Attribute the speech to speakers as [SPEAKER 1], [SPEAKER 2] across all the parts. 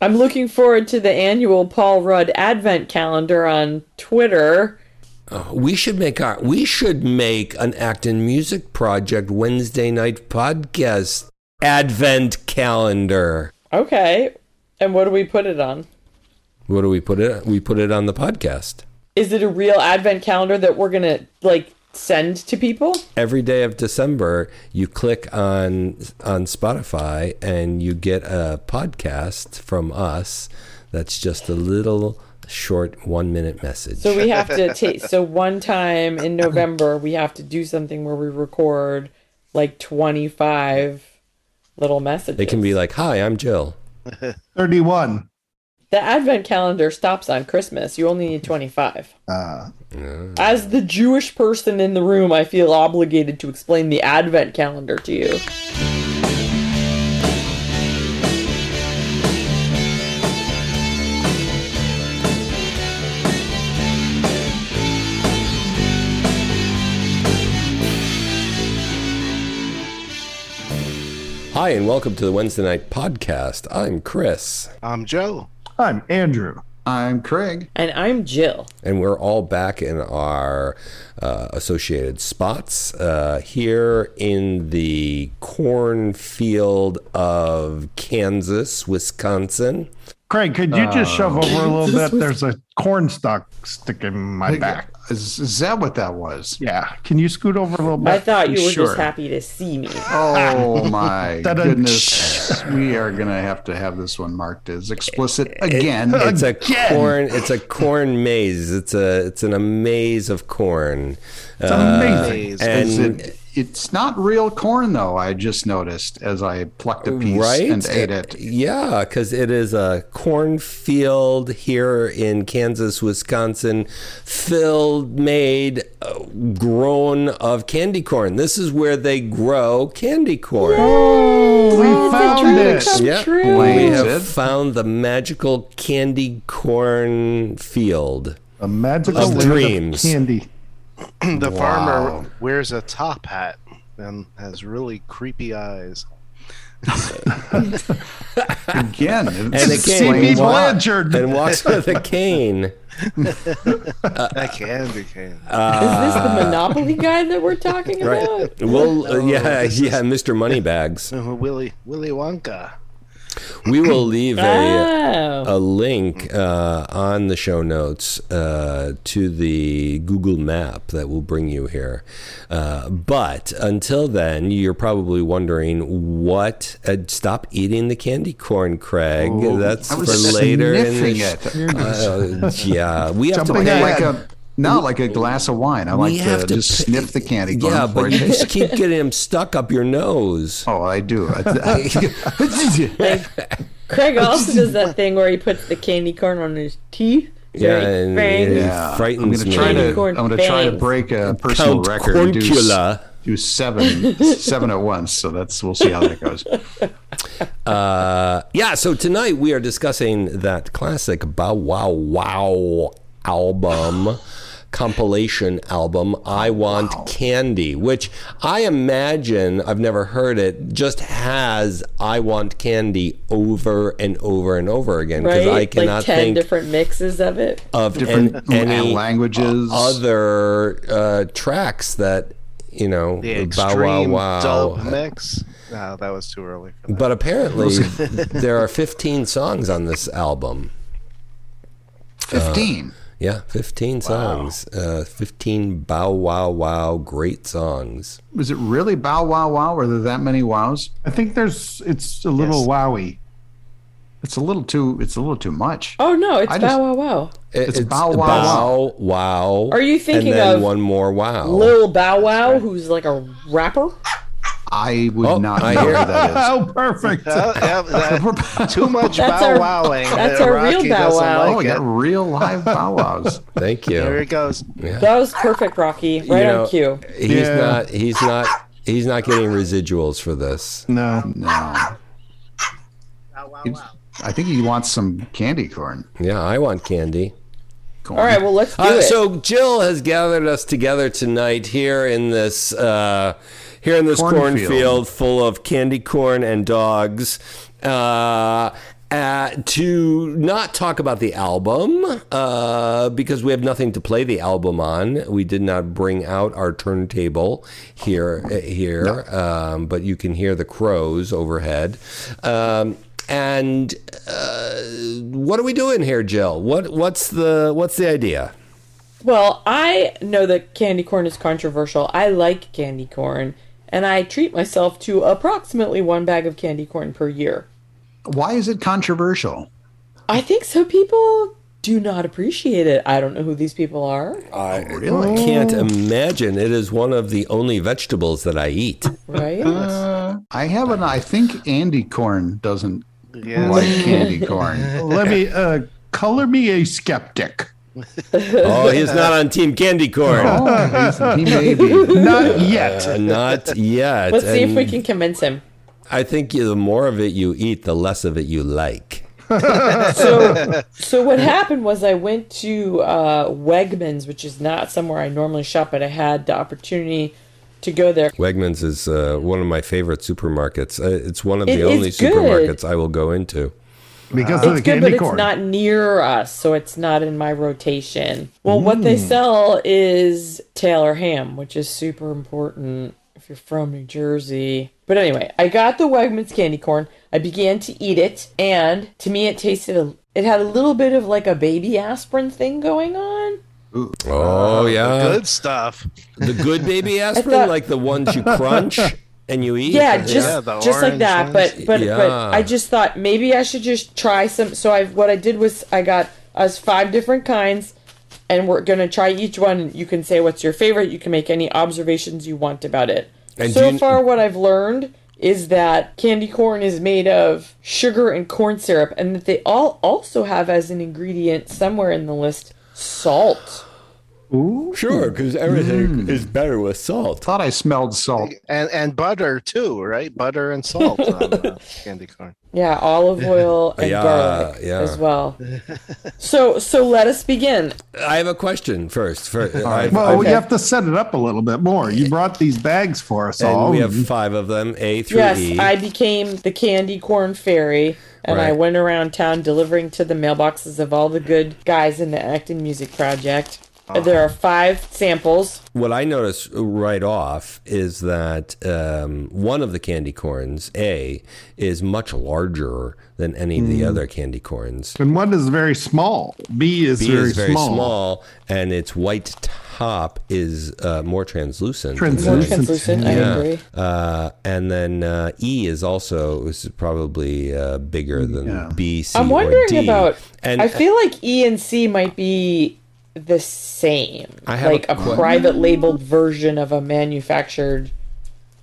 [SPEAKER 1] I'm looking forward to the annual Paul Rudd Advent calendar on Twitter.
[SPEAKER 2] We should make our we should make an Acton Music Project Wednesday night podcast advent calendar.
[SPEAKER 1] Okay. And what do we put it on?
[SPEAKER 2] What do we put it? We put it on the podcast.
[SPEAKER 1] Is it a real advent calendar that we're going to like send to people?
[SPEAKER 2] Every day of December, you click on on Spotify and you get a podcast from us that's just a little short 1-minute message.
[SPEAKER 1] So we have to take so one time in November we have to do something where we record like 25 little messages.
[SPEAKER 2] it can be like, "Hi, I'm Jill."
[SPEAKER 3] 31.
[SPEAKER 1] The advent calendar stops on Christmas. You only need 25.
[SPEAKER 3] Uh,
[SPEAKER 1] As the Jewish person in the room, I feel obligated to explain the advent calendar to you.
[SPEAKER 2] Hi, and welcome to the Wednesday night podcast. I'm Chris,
[SPEAKER 4] I'm Joe.
[SPEAKER 3] I'm Andrew.
[SPEAKER 5] I'm Craig.
[SPEAKER 1] And I'm Jill.
[SPEAKER 2] and we're all back in our uh, associated spots uh, here in the cornfield of Kansas, Wisconsin.
[SPEAKER 3] Craig, could you just shove over a little
[SPEAKER 1] This
[SPEAKER 3] bit?
[SPEAKER 1] was-
[SPEAKER 3] There's a corn stalk sticking in my back.
[SPEAKER 5] Is, is that what that was?
[SPEAKER 3] Yeah. Can you scoot over a little bit?
[SPEAKER 2] Oh,
[SPEAKER 1] I thought you were
[SPEAKER 5] Sure.
[SPEAKER 1] just happy to see me.
[SPEAKER 5] Oh my
[SPEAKER 3] Ta-da.
[SPEAKER 5] goodness. We are going to have to have this one marked as explicit again.
[SPEAKER 2] It's a
[SPEAKER 3] Again.
[SPEAKER 2] corn. It's a corn maze. It's a. It's in a maze of corn.
[SPEAKER 3] It's amazing.
[SPEAKER 4] Hey,
[SPEAKER 5] Is
[SPEAKER 2] And
[SPEAKER 5] it- it's not real corn, though, I just noticed as I plucked a piece
[SPEAKER 2] right
[SPEAKER 5] and ate it.
[SPEAKER 2] yeah because it is a cornfield here in kansas wisconsin filled made uh, grown of candy corn this is where they grow candy corn
[SPEAKER 3] we found it.
[SPEAKER 2] yeah
[SPEAKER 1] true.
[SPEAKER 2] we
[SPEAKER 5] Blames
[SPEAKER 2] have
[SPEAKER 5] it.
[SPEAKER 2] found the magical candy corn field
[SPEAKER 3] A magical
[SPEAKER 5] Oh,
[SPEAKER 2] Of
[SPEAKER 3] land
[SPEAKER 2] dreams.
[SPEAKER 3] candy.
[SPEAKER 4] The farmer wears a top hat and has really creepy eyes.
[SPEAKER 5] Again,
[SPEAKER 2] and a
[SPEAKER 5] it's
[SPEAKER 2] cane
[SPEAKER 3] CB
[SPEAKER 5] explains
[SPEAKER 3] Blanchard.
[SPEAKER 5] why.
[SPEAKER 2] and walks with a cane
[SPEAKER 4] That candy cane.
[SPEAKER 1] Is this
[SPEAKER 2] Ah.
[SPEAKER 1] the Monopoly guy that we're talking about?
[SPEAKER 2] well uh, yeah yeah mr moneybags
[SPEAKER 4] Oh. Willy Willy Wonka.
[SPEAKER 2] we will leave a
[SPEAKER 1] Oh.
[SPEAKER 2] a link uh, on the show notes uh, to the Google map that will bring you here. Uh, but until then, you're probably wondering what. Uh, stop eating the candy corn, Craig. That's
[SPEAKER 5] Oh, I
[SPEAKER 2] for
[SPEAKER 5] was
[SPEAKER 2] later. in the
[SPEAKER 5] sniffing
[SPEAKER 2] sh- Uh,
[SPEAKER 5] it.
[SPEAKER 2] yeah, we have to.
[SPEAKER 5] Like,
[SPEAKER 2] plan-
[SPEAKER 5] like a not like a glass of wine. I like
[SPEAKER 2] we have
[SPEAKER 5] to,
[SPEAKER 2] to
[SPEAKER 5] just
[SPEAKER 2] pi-
[SPEAKER 5] sniff the candy corn
[SPEAKER 2] Yeah,
[SPEAKER 5] before
[SPEAKER 2] but
[SPEAKER 5] I
[SPEAKER 2] you
[SPEAKER 5] taste
[SPEAKER 2] just
[SPEAKER 5] it.
[SPEAKER 2] keep getting them stuck up your nose.
[SPEAKER 5] Oh, I do. I-
[SPEAKER 1] Craig also does that thing where he puts the candy corn on his teeth.
[SPEAKER 2] Yeah,
[SPEAKER 1] Right?
[SPEAKER 2] and,
[SPEAKER 1] Bang.
[SPEAKER 2] and
[SPEAKER 5] Yeah.
[SPEAKER 2] it frightens
[SPEAKER 5] I'm gonna try
[SPEAKER 2] me.
[SPEAKER 5] to.
[SPEAKER 1] Corn
[SPEAKER 5] I'm gonna try to
[SPEAKER 1] bangs.
[SPEAKER 5] break a personal
[SPEAKER 2] Count
[SPEAKER 5] record. and Do,
[SPEAKER 2] Corncula.
[SPEAKER 5] s- do seven, seven at once. So that's we'll see how that goes.
[SPEAKER 2] Uh, yeah, so tonight we are discussing that classic Bow Wow Wow album, compilation album, I Want Candy, which I imagine, I've never heard it, just has I Want Candy over and over and over again. Because
[SPEAKER 1] Right?
[SPEAKER 2] I cannot
[SPEAKER 1] like 10
[SPEAKER 2] think Uh,
[SPEAKER 1] different mixes of it.
[SPEAKER 2] of
[SPEAKER 5] Different
[SPEAKER 2] an- any
[SPEAKER 5] languages.
[SPEAKER 2] other uh, tracks that, you know,
[SPEAKER 4] The
[SPEAKER 2] Bow
[SPEAKER 4] extreme
[SPEAKER 2] Wow Wow.
[SPEAKER 4] dope mix. No, that was too early for that.
[SPEAKER 2] But apparently, there are 15 songs on this album.
[SPEAKER 5] Fifteen.
[SPEAKER 2] Yeah, 15 songs. Uh, 15 bow wow wow great songs.
[SPEAKER 5] Was it really bow wow wow? Were there that many wows?
[SPEAKER 3] I think there's, it's a little
[SPEAKER 4] Yes.
[SPEAKER 3] wowie.
[SPEAKER 5] It's a little too. It's a little too much.
[SPEAKER 1] Oh no, it's
[SPEAKER 5] I just-
[SPEAKER 1] Bow Wow Wow.
[SPEAKER 2] It-
[SPEAKER 5] It's Bow Wow
[SPEAKER 2] Bow Wow.
[SPEAKER 1] Are you thinking
[SPEAKER 2] and then
[SPEAKER 1] of
[SPEAKER 2] one more wow?
[SPEAKER 1] Lil Bow Wow, who's like a rapper.
[SPEAKER 5] I would
[SPEAKER 2] Oh,
[SPEAKER 5] not
[SPEAKER 2] I
[SPEAKER 5] know
[SPEAKER 2] hear-
[SPEAKER 5] what that is.
[SPEAKER 3] Oh, perfect.
[SPEAKER 4] Oh, yeah, that- too much
[SPEAKER 1] That's
[SPEAKER 4] bow
[SPEAKER 1] our-
[SPEAKER 4] wowing.
[SPEAKER 1] that's
[SPEAKER 4] Uh,
[SPEAKER 1] our real
[SPEAKER 4] Rocky
[SPEAKER 1] bow
[SPEAKER 4] doesn't
[SPEAKER 1] wow.
[SPEAKER 5] Oh, we
[SPEAKER 4] Like
[SPEAKER 5] got
[SPEAKER 4] it.
[SPEAKER 5] real live bow wows.
[SPEAKER 2] Thank you.
[SPEAKER 4] There he goes.
[SPEAKER 1] That was perfect, Rocky. Right
[SPEAKER 2] You
[SPEAKER 1] on
[SPEAKER 2] know,
[SPEAKER 1] cue.
[SPEAKER 2] He's
[SPEAKER 3] Yeah.
[SPEAKER 2] not. He's not. He's not getting residuals for this.
[SPEAKER 3] No.
[SPEAKER 5] No. I think he wants some candy corn.
[SPEAKER 2] Yeah, I want candy.
[SPEAKER 5] corn.
[SPEAKER 1] All right, well let's do
[SPEAKER 2] Uh,
[SPEAKER 1] it.
[SPEAKER 2] so Jill has gathered us together tonight here in this uh, here in this
[SPEAKER 5] Cornfield.
[SPEAKER 2] cornfield full of candy corn and dogs. Uh, uh, to not talk about the album uh, because we have nothing to play the album on. We did not bring out our turntable here uh, here, um, but you can hear the crows overhead. Um, and uh, what are we doing here, Jill? What what's the what's the idea?
[SPEAKER 1] Well, I know that candy corn is controversial. I like candy corn, and I treat myself to approximately one bag of candy corn per year.
[SPEAKER 5] Why is it controversial?
[SPEAKER 1] I think some people do not appreciate it. I don't know who these people are.
[SPEAKER 2] I
[SPEAKER 1] Oh.
[SPEAKER 2] can't imagine. It is one of the only vegetables that I eat.
[SPEAKER 1] Right?
[SPEAKER 5] I have an. I think Andy Corn doesn't
[SPEAKER 4] Yeah.
[SPEAKER 5] like candy corn.
[SPEAKER 3] Let me uh, color me a skeptic.
[SPEAKER 2] Oh, he's not on Team Candy Corn.
[SPEAKER 5] Oh, he's- he may be.
[SPEAKER 3] Not yet.
[SPEAKER 2] Uh, not yet.
[SPEAKER 1] Let's see if we
[SPEAKER 2] And
[SPEAKER 1] can convince him.
[SPEAKER 2] I think you, the more of it you eat, the less of it you like.
[SPEAKER 1] so, so what happened was I went to uh, Wegmans, which is not somewhere I normally shop, but I had the opportunity to go there.
[SPEAKER 2] Wegmans is uh, one of my favorite supermarkets. Uh, it's one of
[SPEAKER 1] It
[SPEAKER 2] the
[SPEAKER 1] is
[SPEAKER 2] only
[SPEAKER 1] good.
[SPEAKER 2] supermarkets I will go into.
[SPEAKER 3] Because of
[SPEAKER 1] It's
[SPEAKER 3] the
[SPEAKER 1] good, but
[SPEAKER 3] candy
[SPEAKER 1] it's
[SPEAKER 3] corn.
[SPEAKER 1] not near us, so it's not in my rotation. Well, what
[SPEAKER 3] Hmm.
[SPEAKER 1] they sell is Taylor ham, which is super important if you're from New Jersey. But anyway, I got the Wegmans candy corn. I began to eat it, and to me, it tasted. A, it had a little bit of like a baby aspirin thing going on.
[SPEAKER 2] Oh, yeah.
[SPEAKER 4] Good stuff.
[SPEAKER 2] The good baby aspirin,
[SPEAKER 1] thought-
[SPEAKER 2] like the ones you crunch and you eat.
[SPEAKER 1] yeah, just
[SPEAKER 4] the
[SPEAKER 1] just like
[SPEAKER 4] orange
[SPEAKER 1] that.
[SPEAKER 4] ones.
[SPEAKER 1] But but but
[SPEAKER 2] Yeah.
[SPEAKER 1] I just thought maybe I should just try some. So I what I did was I got us five different kinds, and we're gonna try each one. You can say what's your favorite. You can make any observations you want about it.
[SPEAKER 2] And do
[SPEAKER 1] so
[SPEAKER 2] you-
[SPEAKER 1] far, what I've learned is that candy corn is made of sugar and corn syrup, and that they all also have as an ingredient somewhere in the list salt.
[SPEAKER 2] Sure, because everything is better with salt.
[SPEAKER 5] Thought I smelled salt.
[SPEAKER 4] And and butter too, right? Butter and salt on uh, candy corn.
[SPEAKER 1] Yeah, olive oil and
[SPEAKER 2] Yeah,
[SPEAKER 1] garlic
[SPEAKER 2] yeah.
[SPEAKER 1] as well. So so let us begin.
[SPEAKER 2] I have a question first. For, I've-
[SPEAKER 3] Well,
[SPEAKER 1] Okay.
[SPEAKER 3] you have to set it up a little bit more. You brought these bags for us
[SPEAKER 2] and
[SPEAKER 3] all.
[SPEAKER 2] we have five of them, A through
[SPEAKER 1] Yes,
[SPEAKER 2] E.
[SPEAKER 1] I became the candy corn fairy, and I
[SPEAKER 2] Right.
[SPEAKER 1] went around town delivering to the mailboxes of all the good guys in the Acton Music Project. There are five samples.
[SPEAKER 2] what I notice right off is that um, one of the candy corns, A, is much larger than any of the other candy corns.
[SPEAKER 3] and one is very small. B is,
[SPEAKER 2] B
[SPEAKER 3] very,
[SPEAKER 2] is very small.
[SPEAKER 3] small.
[SPEAKER 2] and its white top is uh, more translucent.
[SPEAKER 1] More
[SPEAKER 3] Translucent.
[SPEAKER 1] translucent, I
[SPEAKER 2] Yeah.
[SPEAKER 1] agree.
[SPEAKER 2] Uh, and then uh, E is also is probably uh, bigger than B, C,
[SPEAKER 1] I'm
[SPEAKER 2] or
[SPEAKER 1] wondering
[SPEAKER 2] D.
[SPEAKER 1] about.
[SPEAKER 2] And
[SPEAKER 1] I feel like E and C might be the same,
[SPEAKER 2] I have a
[SPEAKER 1] like a,
[SPEAKER 2] que-
[SPEAKER 1] private labeled version of a manufactured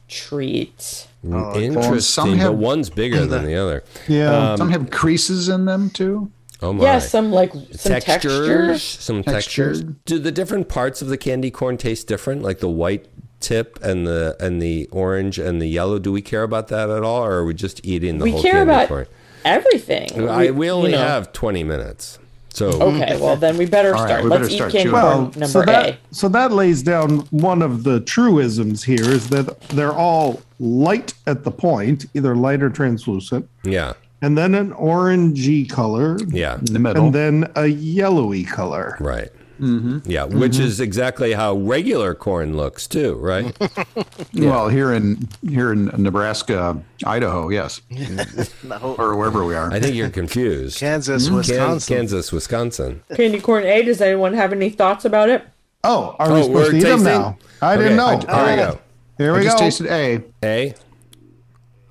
[SPEAKER 1] treat.
[SPEAKER 2] interesting,
[SPEAKER 5] some have-
[SPEAKER 2] but one's bigger than the other.
[SPEAKER 3] Yeah.
[SPEAKER 5] Some have creases in them too.
[SPEAKER 2] Oh my!
[SPEAKER 1] Yeah, some like some texture.
[SPEAKER 2] textures, some textures.
[SPEAKER 5] Texture.
[SPEAKER 2] Do the different parts of the candy corn taste different? Like the white tip and the and the orange and the yellow. Do we care about that at all, or are we just eating the
[SPEAKER 1] We
[SPEAKER 2] whole
[SPEAKER 1] care
[SPEAKER 2] candy
[SPEAKER 1] about
[SPEAKER 2] corn?
[SPEAKER 1] everything.
[SPEAKER 2] I, we
[SPEAKER 1] you
[SPEAKER 2] only
[SPEAKER 1] know.
[SPEAKER 2] have twenty minutes, so
[SPEAKER 5] Oh.
[SPEAKER 1] Okay, well then we better start.
[SPEAKER 5] we
[SPEAKER 1] Let's
[SPEAKER 5] better
[SPEAKER 1] eat
[SPEAKER 5] start
[SPEAKER 1] candy
[SPEAKER 5] chewing.
[SPEAKER 1] corn
[SPEAKER 3] well,
[SPEAKER 1] number
[SPEAKER 3] Oh, so that
[SPEAKER 1] A.
[SPEAKER 3] so that lays down one of the truisms here is that they're all light at the point, either light or translucent,
[SPEAKER 2] yeah,
[SPEAKER 3] and then an orangey color,
[SPEAKER 2] yeah,
[SPEAKER 5] In the middle.
[SPEAKER 3] and then a yellowy color.
[SPEAKER 2] right.
[SPEAKER 5] mm-hmm.
[SPEAKER 2] Yeah, which is exactly how regular corn looks too, right?
[SPEAKER 5] Well, here in here in Nebraska, Idaho, yes, or wherever we are.
[SPEAKER 2] I think you're confused.
[SPEAKER 4] Kansas,
[SPEAKER 2] Kan-
[SPEAKER 4] Wisconsin.
[SPEAKER 2] Kansas, Wisconsin.
[SPEAKER 1] Candy corn A. Does anyone have any thoughts about it?
[SPEAKER 3] Oh, are we
[SPEAKER 2] Oh, we're
[SPEAKER 3] supposed to eat them
[SPEAKER 2] tasting?
[SPEAKER 3] now? I didn't know.
[SPEAKER 2] Okay, I- Here we go.
[SPEAKER 3] Here
[SPEAKER 5] I
[SPEAKER 3] we go.
[SPEAKER 5] just tasted a.
[SPEAKER 2] A.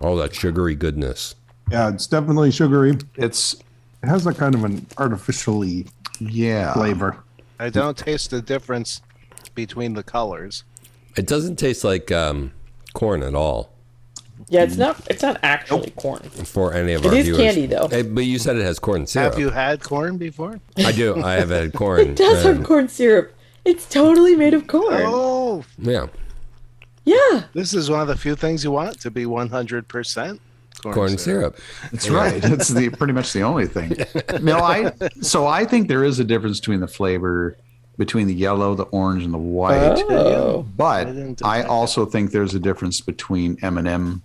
[SPEAKER 2] All that sugary goodness.
[SPEAKER 3] yeah, it's definitely sugary. It
[SPEAKER 5] It's
[SPEAKER 3] has a kind of an artificially
[SPEAKER 5] yeah.
[SPEAKER 3] flavor.
[SPEAKER 4] I don't taste the difference between the colors.
[SPEAKER 2] It doesn't taste like um, corn at all
[SPEAKER 1] Yeah, it's not. It's not actually corn.
[SPEAKER 2] for any of
[SPEAKER 1] It
[SPEAKER 2] our
[SPEAKER 1] is
[SPEAKER 2] viewers.
[SPEAKER 1] candy, though.
[SPEAKER 2] Eh, but you said it has corn syrup.
[SPEAKER 4] Have you had corn before?
[SPEAKER 2] I do. I have had corn.
[SPEAKER 1] It does
[SPEAKER 2] um,
[SPEAKER 1] have corn syrup. It's totally made of corn.
[SPEAKER 4] Oh,
[SPEAKER 2] Yeah,
[SPEAKER 1] Yeah,
[SPEAKER 4] this is one of the few things you want to be 100% corn,
[SPEAKER 2] corn syrup.
[SPEAKER 5] That's right. It's the pretty much the only thing. No, I so I think there is a difference between the flavor between the yellow, the orange, and the white.
[SPEAKER 1] Oh.
[SPEAKER 5] But
[SPEAKER 4] didn't
[SPEAKER 5] I, also think there's a difference between M and m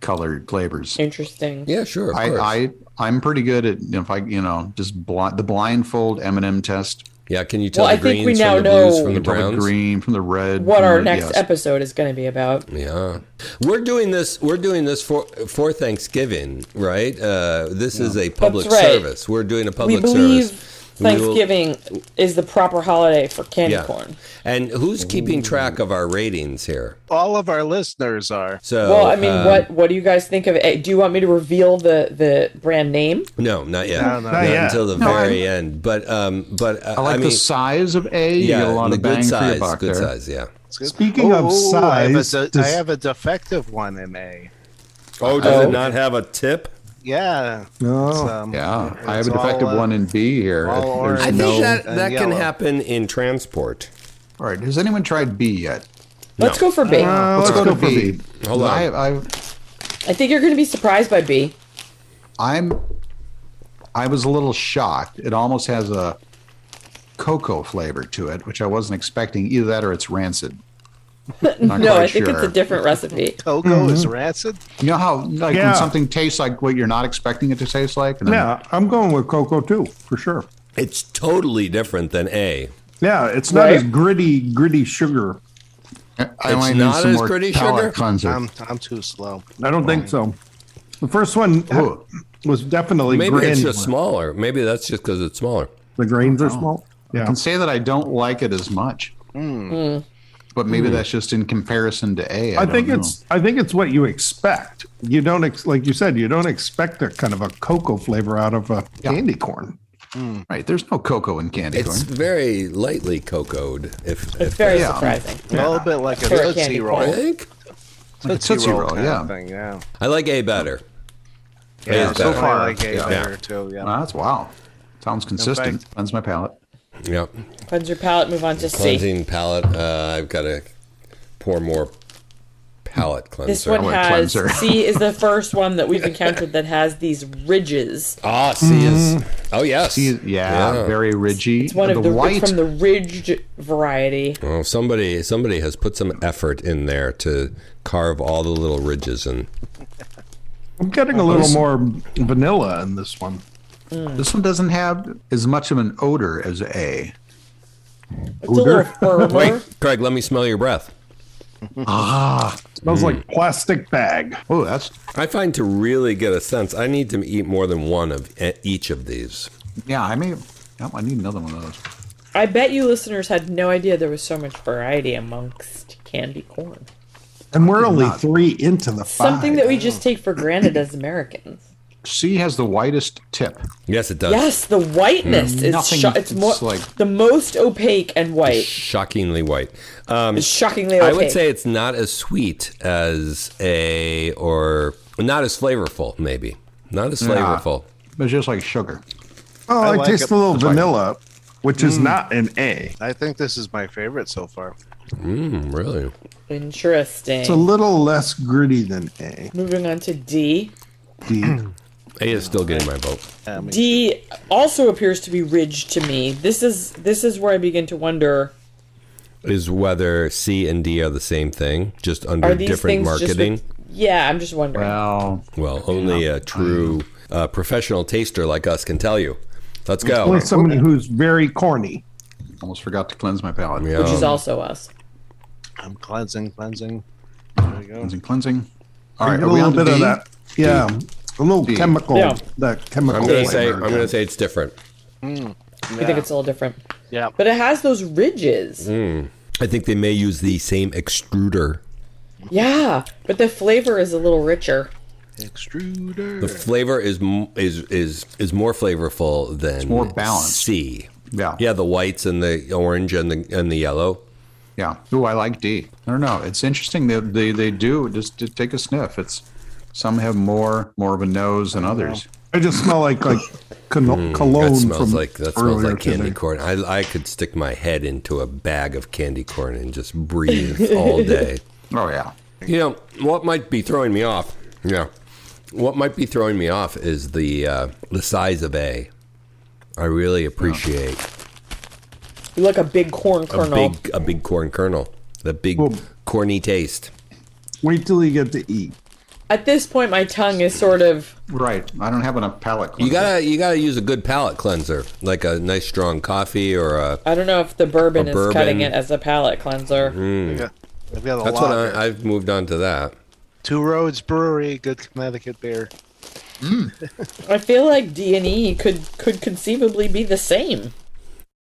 [SPEAKER 5] colored flavors.
[SPEAKER 1] Interesting.
[SPEAKER 2] Yeah, sure. of course.
[SPEAKER 5] I, I I'm pretty good at you know, if I you know just blind, the blindfold M and m test.
[SPEAKER 2] yeah, can you tell
[SPEAKER 1] Well,
[SPEAKER 2] the
[SPEAKER 1] I think we
[SPEAKER 2] greens
[SPEAKER 1] now
[SPEAKER 2] from the blues
[SPEAKER 1] know-
[SPEAKER 2] from the
[SPEAKER 5] You can tell the
[SPEAKER 2] browns?
[SPEAKER 5] green from the red.
[SPEAKER 1] What
[SPEAKER 5] from
[SPEAKER 1] our
[SPEAKER 5] the-
[SPEAKER 1] next
[SPEAKER 5] Mm, yes.
[SPEAKER 1] episode is going to be about.
[SPEAKER 2] Yeah, we're doing this. We're doing this for for Thanksgiving, right? Uh, this is a public
[SPEAKER 1] right.
[SPEAKER 2] service. We're doing a
[SPEAKER 1] We
[SPEAKER 2] public
[SPEAKER 1] believe
[SPEAKER 2] service. We will-
[SPEAKER 1] Thanksgiving is the proper holiday for candy
[SPEAKER 2] yeah.
[SPEAKER 1] corn.
[SPEAKER 2] And who's keeping track of our ratings here?
[SPEAKER 4] All of our listeners are.
[SPEAKER 2] So,
[SPEAKER 1] Well, I mean,
[SPEAKER 2] uh,
[SPEAKER 1] what what do you guys think of it? Do you want me to reveal the the brand name?
[SPEAKER 2] No, not yet.
[SPEAKER 4] No, no,
[SPEAKER 2] Not
[SPEAKER 3] Not yet.
[SPEAKER 2] until the
[SPEAKER 5] No,
[SPEAKER 2] very end. But um, but uh,
[SPEAKER 5] I like
[SPEAKER 2] mean,
[SPEAKER 5] the size of A. you
[SPEAKER 2] yeah,
[SPEAKER 5] get a lot
[SPEAKER 2] the
[SPEAKER 5] of bang
[SPEAKER 2] good
[SPEAKER 5] for
[SPEAKER 2] size,
[SPEAKER 5] your buck
[SPEAKER 2] good
[SPEAKER 5] there.
[SPEAKER 2] size, yeah.
[SPEAKER 3] Speaking of size,
[SPEAKER 4] Oh, I have, a de-
[SPEAKER 3] does-
[SPEAKER 4] I have a defective one in A.
[SPEAKER 2] Oh,
[SPEAKER 1] does it Oh. not
[SPEAKER 2] have a tip?
[SPEAKER 4] Yeah.
[SPEAKER 3] Oh.
[SPEAKER 4] It's, um,
[SPEAKER 5] Yeah, I have
[SPEAKER 4] it's
[SPEAKER 5] a defective
[SPEAKER 4] all, uh,
[SPEAKER 5] one in B here.
[SPEAKER 4] all
[SPEAKER 2] I
[SPEAKER 5] There's
[SPEAKER 4] orange.
[SPEAKER 2] think
[SPEAKER 5] no-
[SPEAKER 2] that
[SPEAKER 4] and
[SPEAKER 2] that can
[SPEAKER 4] yellow.
[SPEAKER 2] happen in transport.
[SPEAKER 5] All right, has anyone tried B yet?
[SPEAKER 1] Let's
[SPEAKER 2] No.
[SPEAKER 1] go for B. I
[SPEAKER 3] Uh, let's, go, for B.
[SPEAKER 2] Hold on.
[SPEAKER 5] I, I,
[SPEAKER 1] think you're going to be surprised by B.
[SPEAKER 5] I'm. I was a little shocked. It almost has a cocoa flavor to it, which I wasn't expecting. Either that or it's rancid. Not
[SPEAKER 1] No,
[SPEAKER 5] quite
[SPEAKER 1] I think it's a
[SPEAKER 5] sure.
[SPEAKER 1] different recipe.
[SPEAKER 4] Cocoa is rancid.
[SPEAKER 5] You know how like
[SPEAKER 3] Yeah.
[SPEAKER 5] when something tastes like what you're not expecting it to taste like? And then-
[SPEAKER 3] Yeah, I'm going with cocoa too, for sure.
[SPEAKER 2] It's totally different than A.
[SPEAKER 3] Yeah, it's not
[SPEAKER 1] Right?
[SPEAKER 3] as gritty, gritty sugar.
[SPEAKER 5] I
[SPEAKER 2] It's
[SPEAKER 5] might need
[SPEAKER 2] not
[SPEAKER 5] some
[SPEAKER 2] as
[SPEAKER 5] more
[SPEAKER 2] pretty
[SPEAKER 5] palate
[SPEAKER 2] sugar?
[SPEAKER 5] cleanser.
[SPEAKER 3] Um,
[SPEAKER 4] I'm I'm too slow.
[SPEAKER 3] I don't think so. The first one ha-
[SPEAKER 5] Ooh.
[SPEAKER 3] was definitely
[SPEAKER 2] Maybe
[SPEAKER 3] granular.
[SPEAKER 2] it's just smaller. Maybe that's just because it's smaller.
[SPEAKER 3] The grains are small.
[SPEAKER 5] I
[SPEAKER 3] Yeah.
[SPEAKER 5] can say that I don't like it as much.
[SPEAKER 2] Hmm.
[SPEAKER 1] Hmm.
[SPEAKER 5] But maybe that's just in comparison to A. I,
[SPEAKER 3] Hmm. I
[SPEAKER 5] don't
[SPEAKER 3] think
[SPEAKER 5] know.
[SPEAKER 3] it's I think it's what you expect. You don't ex- like you said you don't expect a kind of a cocoa flavor out of a candy corn.
[SPEAKER 5] right. There's no cocoa in candy
[SPEAKER 2] It's
[SPEAKER 5] corn.
[SPEAKER 2] very lightly cocoaed. If,
[SPEAKER 1] It's
[SPEAKER 2] if
[SPEAKER 1] very
[SPEAKER 5] Yeah.
[SPEAKER 1] surprising.
[SPEAKER 4] A little bit like a
[SPEAKER 1] For a
[SPEAKER 4] tootsie
[SPEAKER 1] candy
[SPEAKER 2] I
[SPEAKER 4] roll.
[SPEAKER 1] corn.
[SPEAKER 2] think
[SPEAKER 5] Like a Tootsie Roll,
[SPEAKER 4] kind of
[SPEAKER 5] yeah.
[SPEAKER 4] Thing, yeah.
[SPEAKER 2] I like A better.
[SPEAKER 4] Yeah,
[SPEAKER 2] is
[SPEAKER 4] so
[SPEAKER 2] better.
[SPEAKER 4] far I gave
[SPEAKER 5] Yeah.
[SPEAKER 4] her two. Yeah.
[SPEAKER 5] Wow, that's wow. Sounds consistent.
[SPEAKER 4] fact-
[SPEAKER 5] Cleanse my palate.
[SPEAKER 2] Yep.
[SPEAKER 1] Cleanse your palate, move on to C.
[SPEAKER 2] Cleansing palette. Uh, I've got to pour more palette cleanser.
[SPEAKER 1] This one
[SPEAKER 5] a
[SPEAKER 1] has
[SPEAKER 5] cleanser.
[SPEAKER 1] C is the first one that we've encountered that has these ridges.
[SPEAKER 2] ah, C is. Oh yes.
[SPEAKER 5] Mm-hmm. Yeah, very ridgy.
[SPEAKER 1] It's one of the,
[SPEAKER 5] white.
[SPEAKER 1] from the ridged variety.
[SPEAKER 2] Oh, somebody somebody has put some effort in there to carve all the little ridges and
[SPEAKER 3] I'm getting a little more vanilla in this one.
[SPEAKER 5] this one doesn't have as much of an odor as A.
[SPEAKER 1] It's a little firmer.
[SPEAKER 2] Wait, Craig, let me smell your breath.
[SPEAKER 3] smells like plastic bag.
[SPEAKER 5] Oh, that's
[SPEAKER 2] I find to really get a sense, I need to eat more than one of e- each of these.
[SPEAKER 5] yeah. I may. oh, I need another one of those.
[SPEAKER 1] I bet you listeners had no idea there was so much variety amongst candy corn.
[SPEAKER 3] And we're only three into the five.
[SPEAKER 1] Something that we just take for granted as Americans.
[SPEAKER 5] C has the whitest tip.
[SPEAKER 2] Yes, it does.
[SPEAKER 1] Yes, the whiteness is
[SPEAKER 5] Nothing-
[SPEAKER 1] sho- it's more
[SPEAKER 5] it's like-
[SPEAKER 1] the most opaque and white.
[SPEAKER 2] Shockingly white. Um,
[SPEAKER 1] It's shockingly opaque.
[SPEAKER 2] I would say it's not as sweet as a, or not as flavorful, maybe. Not as flavorful.
[SPEAKER 5] It's just like sugar.
[SPEAKER 3] Oh,
[SPEAKER 4] I
[SPEAKER 3] I,
[SPEAKER 4] like
[SPEAKER 3] taste
[SPEAKER 4] it.
[SPEAKER 3] a little vanilla, which is not an A.
[SPEAKER 4] I think this is my favorite so far.
[SPEAKER 2] Mm, really?
[SPEAKER 1] Interesting.
[SPEAKER 3] It's a little less gritty than A.
[SPEAKER 1] Moving on to D.
[SPEAKER 3] D.
[SPEAKER 2] A is still getting my vote.
[SPEAKER 4] I mean,
[SPEAKER 1] D also appears to be ridged to me. This is this is where I begin to wonder:
[SPEAKER 2] Is whether C and D are the same thing, just under
[SPEAKER 1] Are these
[SPEAKER 2] different
[SPEAKER 1] things
[SPEAKER 2] marketing?
[SPEAKER 1] just? With, yeah, I'm just wondering.
[SPEAKER 5] Well,
[SPEAKER 2] Well, only a true uh, professional taster like us can tell you. Let's go.
[SPEAKER 3] Only somebody who's very corny.
[SPEAKER 5] almost forgot to cleanse my palate.
[SPEAKER 2] Yeah.
[SPEAKER 1] which is also us.
[SPEAKER 4] I'm cleansing, cleansing. There you go.
[SPEAKER 5] Cleansing, cleansing. All
[SPEAKER 3] I
[SPEAKER 5] right,
[SPEAKER 3] get
[SPEAKER 5] are
[SPEAKER 3] a
[SPEAKER 5] we
[SPEAKER 3] little
[SPEAKER 5] on to
[SPEAKER 3] bit of
[SPEAKER 5] D?
[SPEAKER 3] that. Yeah. A little
[SPEAKER 5] D.
[SPEAKER 3] chemical.
[SPEAKER 1] Yeah.
[SPEAKER 3] That chemical.
[SPEAKER 2] I'm gonna say I'm
[SPEAKER 3] flavor.
[SPEAKER 2] gonna say it's different.
[SPEAKER 1] I think it's a little different,
[SPEAKER 4] Yeah.
[SPEAKER 1] but it has those ridges.
[SPEAKER 2] Mm. I think they may use the same extruder.
[SPEAKER 1] Yeah, but the flavor is a little richer.
[SPEAKER 4] Extruder.
[SPEAKER 2] The flavor is m- is is is more flavorful than
[SPEAKER 5] more balanced.
[SPEAKER 2] C.
[SPEAKER 5] Yeah.
[SPEAKER 2] yeah, the whites and the orange and the and the yellow.
[SPEAKER 5] Yeah. Ooh, I like D. I don't know. It's interesting that they, they do just to take a sniff. It's some have more more of a nose than others.
[SPEAKER 3] I just smell like like cano- cologne
[SPEAKER 2] Hmm, That smells
[SPEAKER 3] from
[SPEAKER 2] like that smells
[SPEAKER 3] earlier
[SPEAKER 2] like candy
[SPEAKER 3] today.
[SPEAKER 2] corn. I I could stick my head into a bag of candy corn and just breathe all day.
[SPEAKER 5] Oh yeah.
[SPEAKER 2] You know what might be throwing me off? Yeah, what might be throwing me off is the uh, the size of A. I really appreciate
[SPEAKER 1] You like a big corn
[SPEAKER 2] a
[SPEAKER 1] kernel.
[SPEAKER 2] big a big corn kernel, the big
[SPEAKER 3] Well-
[SPEAKER 2] corny taste.
[SPEAKER 3] Wait till you get to E.
[SPEAKER 1] At this point, my tongue is sort of
[SPEAKER 5] Right. I don't have enough palate cleanser.
[SPEAKER 2] You gotta you gotta use a good palate cleanser, like a nice strong coffee or a.
[SPEAKER 1] I don't know if the bourbon
[SPEAKER 2] A
[SPEAKER 1] is cutting
[SPEAKER 2] bourbon. Mm-hmm.
[SPEAKER 1] it as a palate cleanser.
[SPEAKER 4] I've got, I've got a
[SPEAKER 2] That's
[SPEAKER 4] lot.
[SPEAKER 2] what I, I've moved on to. That
[SPEAKER 4] Two Roads Brewery, good Connecticut beer.
[SPEAKER 1] I feel like D and E could could conceivably be the same.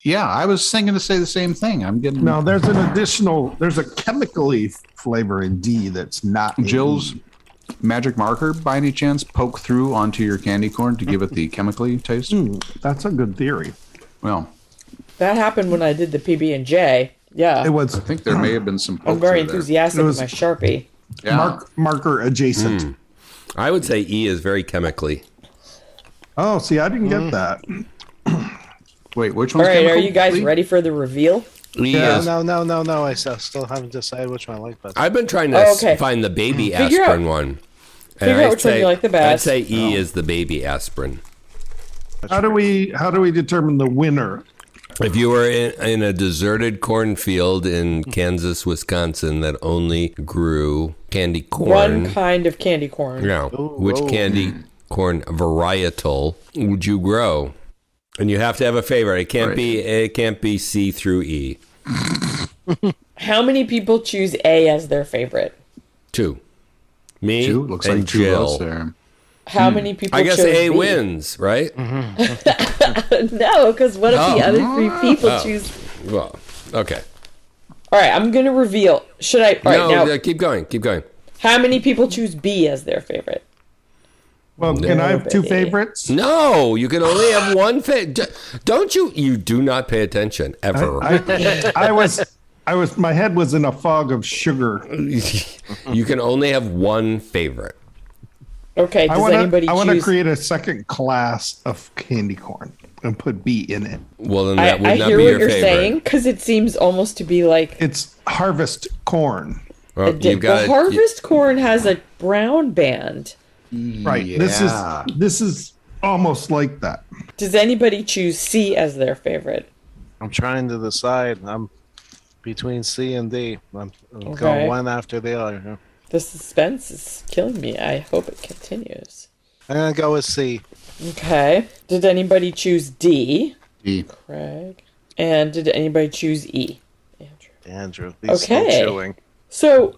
[SPEAKER 5] Yeah, I was thinking to say the same thing. I'm getting
[SPEAKER 3] Now there's an additional. There's a chemically flavor in D that's not in
[SPEAKER 5] Jill's
[SPEAKER 3] E.
[SPEAKER 5] magic marker by any chance poke through onto your candy corn to give it the chemically taste?
[SPEAKER 3] Hmm. That's a good theory.
[SPEAKER 5] Well,
[SPEAKER 1] That happened when I did the PB and J. Yeah,
[SPEAKER 3] It was
[SPEAKER 5] I think there may have been some.
[SPEAKER 1] I'm
[SPEAKER 5] poke
[SPEAKER 1] very
[SPEAKER 5] through there.
[SPEAKER 1] enthusiastic
[SPEAKER 3] It was-
[SPEAKER 1] with my sharpie.
[SPEAKER 5] Yeah.
[SPEAKER 3] mark marker adjacent.
[SPEAKER 2] Hmm. I would say E is very chemically.
[SPEAKER 3] Oh, see, I didn't get that.
[SPEAKER 5] Wait, which
[SPEAKER 1] All
[SPEAKER 5] one's
[SPEAKER 1] right, are
[SPEAKER 5] chemical?
[SPEAKER 1] you guys
[SPEAKER 5] Lee?
[SPEAKER 1] ready for the reveal?
[SPEAKER 2] E
[SPEAKER 4] No,
[SPEAKER 2] is-
[SPEAKER 4] no, no, no, no. I s- I still haven't decided which one I like best.
[SPEAKER 2] I've been trying to
[SPEAKER 1] Oh,
[SPEAKER 2] s-
[SPEAKER 1] okay.
[SPEAKER 2] find the baby
[SPEAKER 1] Figure out-
[SPEAKER 2] aspirin one. And
[SPEAKER 1] figure out
[SPEAKER 2] I'd
[SPEAKER 1] which one you like the best. Oh.
[SPEAKER 2] I'd say E is the baby aspirin.
[SPEAKER 3] How do we how do we determine the winner?
[SPEAKER 2] If you were in, in a deserted cornfield in Kansas, Wisconsin that only grew candy corn,
[SPEAKER 1] One kind of candy corn.
[SPEAKER 2] yeah, which
[SPEAKER 4] oh.
[SPEAKER 2] candy corn varietal would you grow? And you have to have a favorite. It can't be it can't be C through E.
[SPEAKER 1] How many people choose A as their favorite?
[SPEAKER 2] Two, me
[SPEAKER 5] Two? Looks
[SPEAKER 2] and
[SPEAKER 5] like two
[SPEAKER 2] Jill.
[SPEAKER 5] votes there.
[SPEAKER 1] How many people?
[SPEAKER 2] Hmm. I guess
[SPEAKER 1] chose
[SPEAKER 2] A
[SPEAKER 1] B? Mm-hmm.
[SPEAKER 2] wins, right?
[SPEAKER 1] No, because what if the
[SPEAKER 2] Oh.
[SPEAKER 1] other three people choose?
[SPEAKER 2] Well, okay.
[SPEAKER 1] All right, I'm gonna reveal. Should I? All right,
[SPEAKER 2] no,
[SPEAKER 1] now
[SPEAKER 2] uh, keep going, keep going.
[SPEAKER 1] how many people choose B as their favorite?
[SPEAKER 3] Well, can I have two favorites?
[SPEAKER 2] No, you can only have one thing. Don't you? You do not pay attention ever.
[SPEAKER 3] I, I was I was my head was in a fog of sugar.
[SPEAKER 2] you can only have one favorite.
[SPEAKER 1] Okay, does
[SPEAKER 3] I want
[SPEAKER 1] anybody
[SPEAKER 3] to I want to
[SPEAKER 1] choose?
[SPEAKER 3] create a second class of candy corn and put B in it.
[SPEAKER 2] Well, then
[SPEAKER 1] I,
[SPEAKER 2] that would
[SPEAKER 1] I
[SPEAKER 2] not
[SPEAKER 1] hear
[SPEAKER 2] be
[SPEAKER 1] what
[SPEAKER 2] your
[SPEAKER 1] you're
[SPEAKER 2] favorite.
[SPEAKER 1] saying because it seems almost to be like
[SPEAKER 3] It's harvest corn.
[SPEAKER 2] Well,
[SPEAKER 1] a dip.
[SPEAKER 2] you've got
[SPEAKER 1] well, harvest corn has a brown band.
[SPEAKER 3] Right. This
[SPEAKER 5] Yeah.
[SPEAKER 3] is this is almost like that.
[SPEAKER 1] Does anybody choose C as their favorite?
[SPEAKER 4] I'm trying to decide. I'm between C and D. I'm, I'm
[SPEAKER 1] Okay.
[SPEAKER 4] going one after the other.
[SPEAKER 1] The suspense is killing me. I hope it continues.
[SPEAKER 4] I'm gonna go with C.
[SPEAKER 1] Okay. Did anybody choose D?
[SPEAKER 5] E.
[SPEAKER 1] Craig. And did anybody choose E? Andrew.
[SPEAKER 4] Andrew. He's still
[SPEAKER 1] Okay.
[SPEAKER 4] chewing.
[SPEAKER 1] So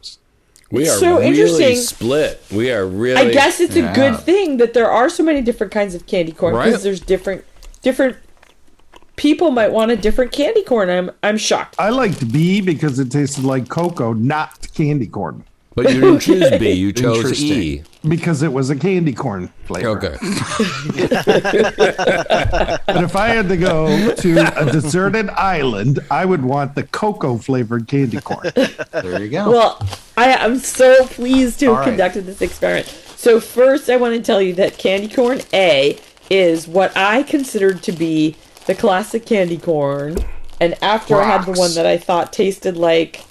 [SPEAKER 2] we are
[SPEAKER 1] so
[SPEAKER 2] really
[SPEAKER 1] interesting.
[SPEAKER 2] split. We are really.
[SPEAKER 1] I guess it's a good
[SPEAKER 5] Yeah.
[SPEAKER 1] thing that there are so many different kinds of candy corn because
[SPEAKER 2] Right.
[SPEAKER 1] there's different different people might want a different candy corn. I'm I'm shocked.
[SPEAKER 3] I liked B because it tasted like cocoa, not candy corn.
[SPEAKER 2] But you didn't choose B. You chose E.
[SPEAKER 3] Because it was a candy corn flavor.
[SPEAKER 2] Okay.
[SPEAKER 3] But if I had to go to a deserted island, I would want the cocoa flavored candy corn.
[SPEAKER 5] There you go.
[SPEAKER 1] Well, I am so pleased to have
[SPEAKER 5] All right.
[SPEAKER 1] conducted this experiment. So first, I want to tell you that candy corn A is what I considered to be the classic candy corn, and after I had the one
[SPEAKER 5] Rocks.
[SPEAKER 1] that I thought tasted like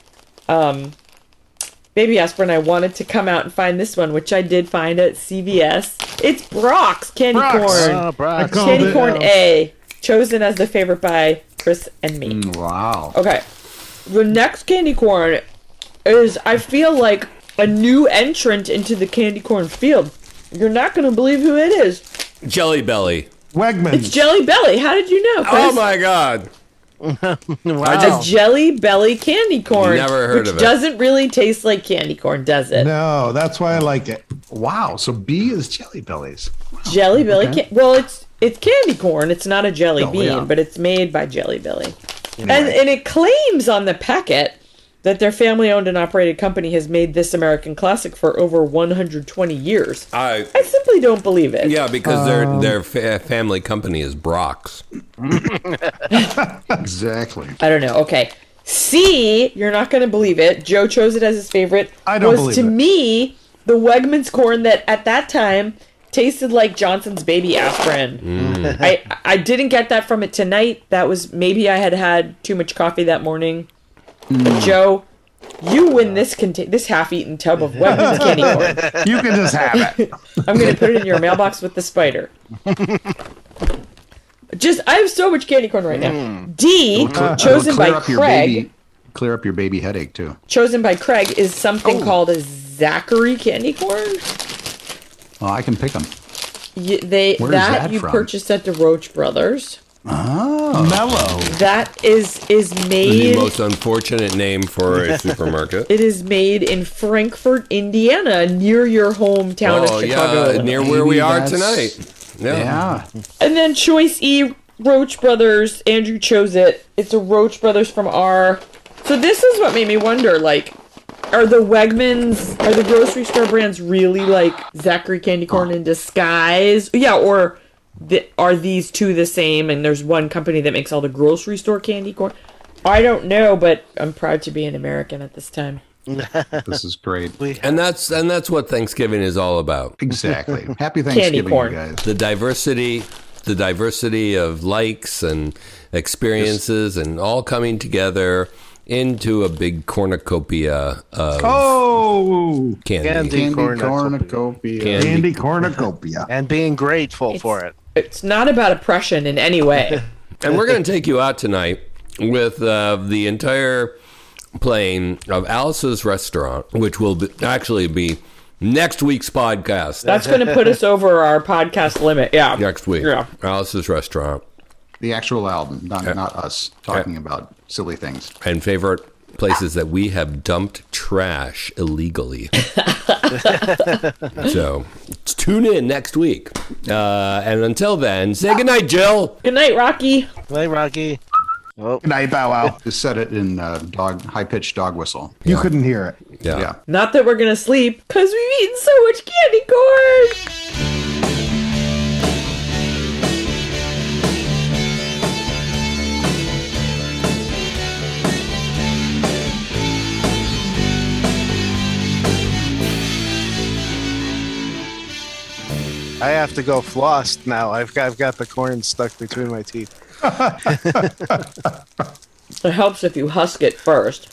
[SPEAKER 1] um, baby aspirin, I wanted to come out and find this one, which I did find at CVS. It's Brock's candy
[SPEAKER 3] Brock's.
[SPEAKER 1] corn,
[SPEAKER 4] Oh, Brock.
[SPEAKER 3] called
[SPEAKER 1] candy
[SPEAKER 3] it
[SPEAKER 1] corn
[SPEAKER 3] out.
[SPEAKER 1] A, chosen as the favorite by Chris and me.
[SPEAKER 5] wow.
[SPEAKER 1] Okay. The next candy corn is, I feel like, a new entrant into the candy corn field. You're not going to believe who it is.
[SPEAKER 2] Jelly Belly.
[SPEAKER 1] It's
[SPEAKER 3] Wegmans.
[SPEAKER 1] Jelly Belly. How did you know?
[SPEAKER 2] Hmm. Oh
[SPEAKER 1] Chris?
[SPEAKER 2] my God.
[SPEAKER 4] Wow.
[SPEAKER 1] A Jelly Belly candy corn.
[SPEAKER 2] Never heard
[SPEAKER 1] which
[SPEAKER 2] of it.
[SPEAKER 1] doesn't really taste like candy corn, does it?
[SPEAKER 3] no, that's why I like it.
[SPEAKER 5] Wow. So B is jelly bellies.
[SPEAKER 1] Jelly Belly. Can- well, it's it's candy corn. It's not a jelly bean,
[SPEAKER 5] yeah.
[SPEAKER 1] but it's made by Jelly Belly. And and it claims on the packet that their family-owned and operated company has made this American classic for over 120 years.
[SPEAKER 2] I.
[SPEAKER 1] I simply don't believe it.
[SPEAKER 2] Yeah, because their
[SPEAKER 5] Um.
[SPEAKER 2] their fa- family company is Brock's.
[SPEAKER 5] Exactly.
[SPEAKER 1] I don't know. Okay. C, you're not going to believe it. Joe chose it as his favorite.
[SPEAKER 3] I don't
[SPEAKER 1] was
[SPEAKER 3] believe
[SPEAKER 1] to
[SPEAKER 3] it.
[SPEAKER 1] me the Wegmans corn that at that time tasted like Johnson's baby aspirin. I I didn't get that from it tonight. That was maybe I had had too much coffee that morning. Joe, you win this conta- this half-eaten tub of Wegmans candy corn.
[SPEAKER 3] You can just have it.
[SPEAKER 1] I'm gonna put it in your mailbox with the spider. Just I have so much candy corn right now.
[SPEAKER 5] Mm.
[SPEAKER 1] D chosen by
[SPEAKER 5] Clear up your
[SPEAKER 1] Craig,
[SPEAKER 5] baby. Clear up your baby headache too.
[SPEAKER 1] chosen by Craig is something called a Zachary candy corn.
[SPEAKER 5] Oh, I can pick them.
[SPEAKER 1] Y they
[SPEAKER 5] Where's
[SPEAKER 1] that,
[SPEAKER 5] that
[SPEAKER 1] you
[SPEAKER 5] from?
[SPEAKER 1] purchased at the Roach Brothers.
[SPEAKER 5] Oh,
[SPEAKER 3] Mellow.
[SPEAKER 1] That is is
[SPEAKER 2] The
[SPEAKER 1] made.
[SPEAKER 2] most unfortunate name for a supermarket.
[SPEAKER 1] It is made in Frankfort, Indiana, near your hometown
[SPEAKER 2] oh
[SPEAKER 1] of Chicago.
[SPEAKER 2] yeah,
[SPEAKER 1] Illinois.
[SPEAKER 2] near where we
[SPEAKER 5] Maybe
[SPEAKER 2] are
[SPEAKER 5] that's-
[SPEAKER 2] tonight.
[SPEAKER 5] yeah.
[SPEAKER 1] And then choice E, Roach Brothers. Andrew chose it. It's a Roach Brothers from R. So this is what made me wonder, like, are the Wegmans, are the grocery store brands really like Zachary Candy Corn in disguise? Yeah, or the, are these two the same? And there's one company that makes all the grocery store candy corn. I don't know, but I'm proud to be an American at this time.
[SPEAKER 5] This is great.
[SPEAKER 2] And that's and that's what Thanksgiving is all about.
[SPEAKER 5] Exactly. Happy Thanksgiving, you
[SPEAKER 1] corn.
[SPEAKER 5] guys.
[SPEAKER 2] The diversity, the diversity of likes and experiences and all coming together into a big cornucopia of
[SPEAKER 3] Oh,
[SPEAKER 2] candy.
[SPEAKER 4] Candy.
[SPEAKER 5] Candy
[SPEAKER 4] Cornucopia.
[SPEAKER 5] cornucopia.
[SPEAKER 2] Candy.
[SPEAKER 3] Andy Cornucopia.
[SPEAKER 4] and being grateful for it.
[SPEAKER 1] It's not about oppression in any way.
[SPEAKER 2] And we're going to take you out tonight with uh, the entire playing of Alice's Restaurant, which will be, actually be next week's podcast.
[SPEAKER 1] That's going to put us over our podcast limit. Yeah.
[SPEAKER 2] next week.
[SPEAKER 1] Yeah.
[SPEAKER 2] Alice's Restaurant
[SPEAKER 5] The actual album, not, not us talking about silly things.
[SPEAKER 2] and favorite places that we have dumped trash illegally. so tune in next week. Uh, and until then, say goodnight, Jill.
[SPEAKER 1] Good night, Rocky.
[SPEAKER 4] Play Rocky. Oh,
[SPEAKER 3] Good night, Bow Wow.
[SPEAKER 5] Just said it in uh, dog high pitched dog whistle.
[SPEAKER 3] You couldn't hear it.
[SPEAKER 2] Yeah.
[SPEAKER 5] Yeah.
[SPEAKER 1] Not that we're gonna sleep, cause we've eaten so much candy corn.
[SPEAKER 4] I have to go floss now. I've got, I've got the corn stuck between my teeth.
[SPEAKER 1] It helps if you husk it first.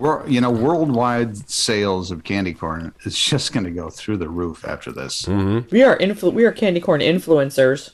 [SPEAKER 5] We're, you know, worldwide sales of candy corn is just going to go through the roof after this.
[SPEAKER 1] We are influ- we are candy corn influencers.